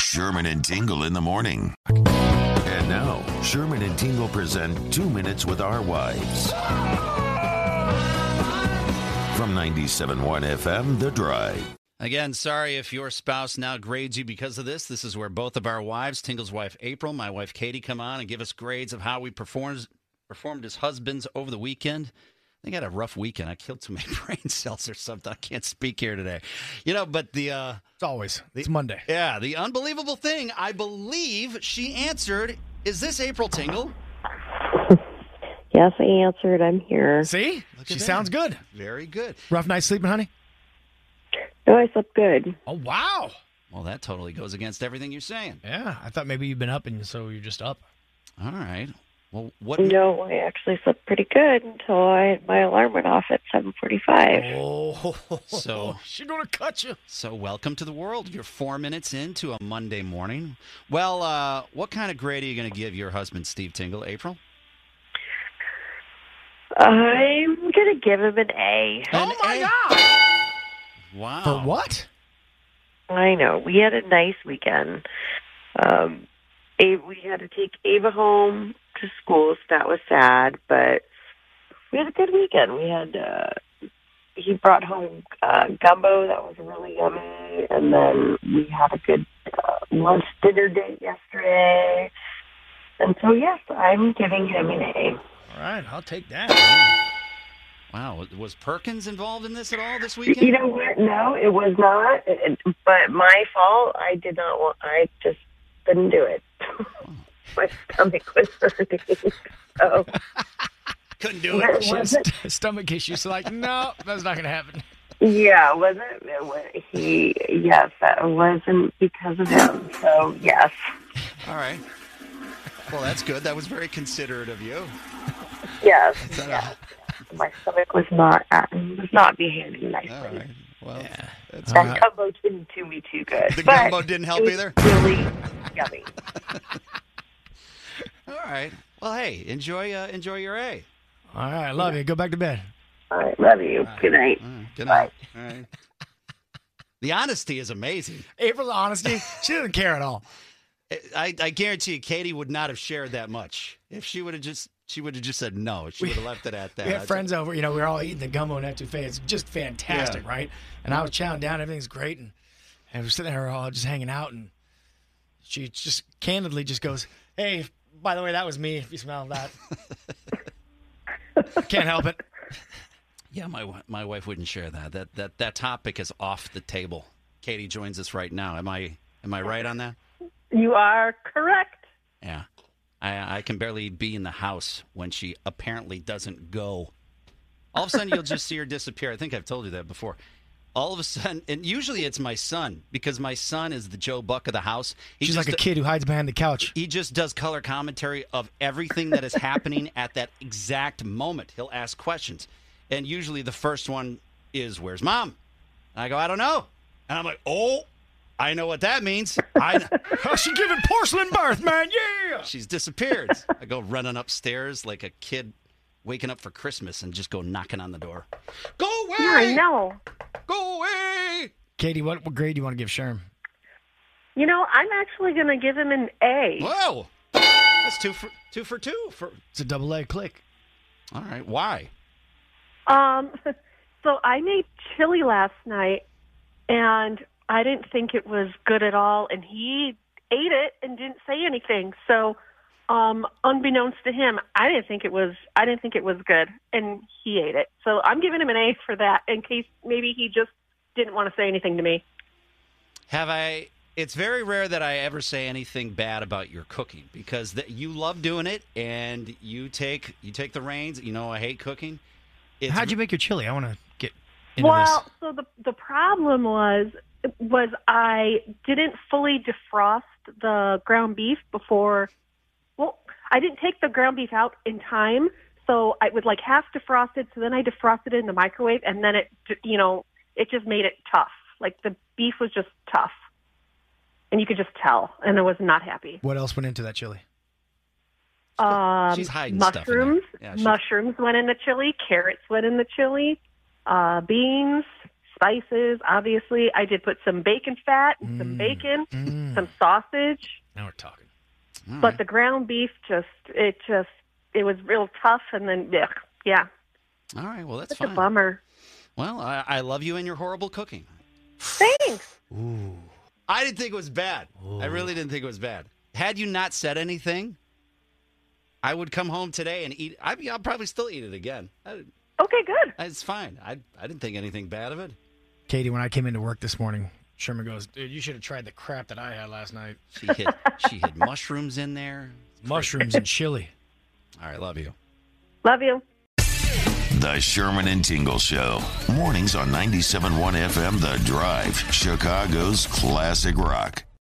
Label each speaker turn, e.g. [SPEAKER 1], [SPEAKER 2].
[SPEAKER 1] Sherman and Tingle in the morning. And now, Sherman and Tingle present Two Minutes with Our Wives. From 97.1 FM, The Drive.
[SPEAKER 2] Again, sorry if your spouse now grades you because of this. This is where both of our wives, Tingle's wife April, my wife Katie, come on and give us grades of how we performed performed as husbands over the weekend. I think I had a rough weekend. I killed too many brain cells or something. I can't speak here today. You know, but the uh
[SPEAKER 3] It's always. It's Monday.
[SPEAKER 2] yeah, the unbelievable thing I believe she answered is this April Tingle?
[SPEAKER 4] Yes, I answered. I'm here.
[SPEAKER 3] See?
[SPEAKER 2] Look
[SPEAKER 3] She
[SPEAKER 2] at
[SPEAKER 3] sounds
[SPEAKER 2] that.
[SPEAKER 3] good.
[SPEAKER 2] Very good.
[SPEAKER 3] Rough night sleeping, honey?
[SPEAKER 4] No, I slept good.
[SPEAKER 3] Oh, wow.
[SPEAKER 2] Well, that totally goes against everything you're saying.
[SPEAKER 3] Yeah. I thought maybe you've been up and so you're just up.
[SPEAKER 2] All right. Well, what
[SPEAKER 4] No, I actually slept pretty good until I my alarm went off at 7:45.
[SPEAKER 3] Oh.
[SPEAKER 2] So-
[SPEAKER 3] She's going to cut you.
[SPEAKER 2] So, welcome to the world. You're four minutes into a Monday morning. Well, uh, what kind of grade are you going to give your husband, Steve Tingle, April?
[SPEAKER 4] I'm gonna give him an A.
[SPEAKER 2] An
[SPEAKER 3] oh, my
[SPEAKER 2] A.
[SPEAKER 3] God.
[SPEAKER 2] Wow.
[SPEAKER 3] For what?
[SPEAKER 4] I know we had a nice weekend. Um, A we had to take Ava home to school, so that was sad. But we had a good weekend. We had uh, he brought home uh, gumbo that was really yummy, and then we had a good uh, lunch dinner date yesterday. And so yes, I'm giving him an A.
[SPEAKER 3] All right. I'll take that.
[SPEAKER 2] Wow. Was Perkins involved in this at all this
[SPEAKER 4] You
[SPEAKER 2] weekend?
[SPEAKER 4] know what? No, it was not. It- it- But my fault. I did not want. I just couldn't do it. my stomach was hurting. So
[SPEAKER 2] Couldn't do
[SPEAKER 4] it
[SPEAKER 3] She's
[SPEAKER 4] wasn't.
[SPEAKER 3] stomach issues. Like, no, that's not going to happen.
[SPEAKER 4] Yeah, it wasn't. It wa- He. Yes, that wasn't because of him. So yes.
[SPEAKER 2] All right. Well, that's good. That was very considerate of you.
[SPEAKER 4] Yes.
[SPEAKER 2] uh,
[SPEAKER 4] yes. My stomach was not at, was not behaving nicely.
[SPEAKER 2] All right. Well, that's
[SPEAKER 4] That
[SPEAKER 2] good.
[SPEAKER 4] gumbo didn't do me too good.
[SPEAKER 2] The
[SPEAKER 4] but
[SPEAKER 2] gumbo didn't help
[SPEAKER 4] it was
[SPEAKER 2] either?
[SPEAKER 4] Really yummy.
[SPEAKER 2] All right. Well, hey, enjoy uh, enjoy your A.
[SPEAKER 3] All right. I love you. Go back to bed.
[SPEAKER 4] All right, love you. Good night.
[SPEAKER 2] All right. Good night. All right. The honesty is amazing.
[SPEAKER 3] April, honesty, she doesn't care at all.
[SPEAKER 2] I, I guarantee you, Katie would not have shared that much if she would have just she would have just said no. She would have left it at that.
[SPEAKER 3] We had
[SPEAKER 2] That's-
[SPEAKER 3] friends over. You know, we were all eating the gumbo and etouffee. It's just fantastic,
[SPEAKER 2] Yeah.
[SPEAKER 3] right? And I was chowing down. Everything's great. And, and we're sitting there all just hanging out. And she just candidly just goes, Hey, by the way, that was me. If you smell that, can't help it.
[SPEAKER 2] Yeah, my wi- my wife wouldn't share that. That that that topic is off the table. Katie joins us right now. Am I am I right on that?
[SPEAKER 4] You are correct.
[SPEAKER 2] Yeah. I I can barely be in the house when she apparently doesn't go. All of a sudden you'll just see her disappear. I think I've told you that before. All of a sudden, and usually it's my son because my son is the Joe Buck of the house. He
[SPEAKER 3] She's
[SPEAKER 2] just
[SPEAKER 3] like a kid who hides behind the couch.
[SPEAKER 2] He just does color commentary of everything that is happening at that exact moment. He'll ask questions. And usually the first one is, Where's mom? And I go, I don't know. And I'm like, Oh, I know what that means. I,
[SPEAKER 3] Oh, she giving porcelain birth, man. Yeah.
[SPEAKER 2] she's disappeared. I go running upstairs like a kid waking up for Christmas and just go knocking on the door. Go
[SPEAKER 4] I
[SPEAKER 2] away!
[SPEAKER 4] know.
[SPEAKER 2] Go away!
[SPEAKER 3] Katie, what, what grade do you want to give Sherm?
[SPEAKER 4] You know, I'm actually going to give him an A.
[SPEAKER 2] Whoa! That's two for two for two. For,
[SPEAKER 3] It's a double A click.
[SPEAKER 2] all right, why?
[SPEAKER 5] Um, so I made chili last night, and I didn't think it was good at all. And he ate it and didn't say anything. So, um, unbeknownst to him, I didn't think it was. I didn't think it was good, and he ate it. So I'm giving him an A for that, in case maybe he just didn't want to say anything to me.
[SPEAKER 2] Have I? It's very rare that I ever say anything bad about your cooking because that you love doing it and you take you take the reins. You know I hate cooking. It's,
[SPEAKER 3] How'd you make your chili? I want to get into
[SPEAKER 5] Well, so the the problem was was I didn't fully defrost the ground beef before. Well, I didn't take the ground beef out in time, so I was like half defrosted. So then I defrosted it in the microwave, and then it, you know, it just made it tough. Like the beef was just tough, and you could just tell. And I was not happy.
[SPEAKER 3] What else went into that chili?
[SPEAKER 5] Um,
[SPEAKER 2] She's hiding stuff in there.
[SPEAKER 5] mushrooms.
[SPEAKER 2] Yeah, she-
[SPEAKER 5] mushrooms went in the chili. Carrots went in the chili. Uh, beans, spices. Obviously, I did put some bacon fat and
[SPEAKER 2] Mm,
[SPEAKER 5] some bacon, some sausage.
[SPEAKER 3] Now we're talking.
[SPEAKER 2] All
[SPEAKER 5] But
[SPEAKER 2] right.
[SPEAKER 5] the ground beef just it just it was real tough. And then ugh, yeah,
[SPEAKER 2] All right. Well, that's
[SPEAKER 5] it's a
[SPEAKER 2] fine.
[SPEAKER 5] bummer.
[SPEAKER 2] Well, I, I love you and your horrible cooking.
[SPEAKER 5] Thanks.
[SPEAKER 2] I didn't think it was bad. I really didn't think it was bad. Had you not said anything, I would come home today and eat. I'd, be- I'll probably still eat it again. I,
[SPEAKER 5] Okay, good.
[SPEAKER 2] it's fine. I, I didn't think anything bad of it.
[SPEAKER 3] Katie, when I came into work this morning, Sherman goes, "Dude, you should have tried the crap that I had last night.
[SPEAKER 2] She hid, she hid mushrooms in there.
[SPEAKER 3] Mushrooms and chili."
[SPEAKER 2] All right. Love you.
[SPEAKER 5] Love you.
[SPEAKER 1] The Sherman and Tingle Show. Mornings on 97.1 FM The Drive, Chicago's classic rock.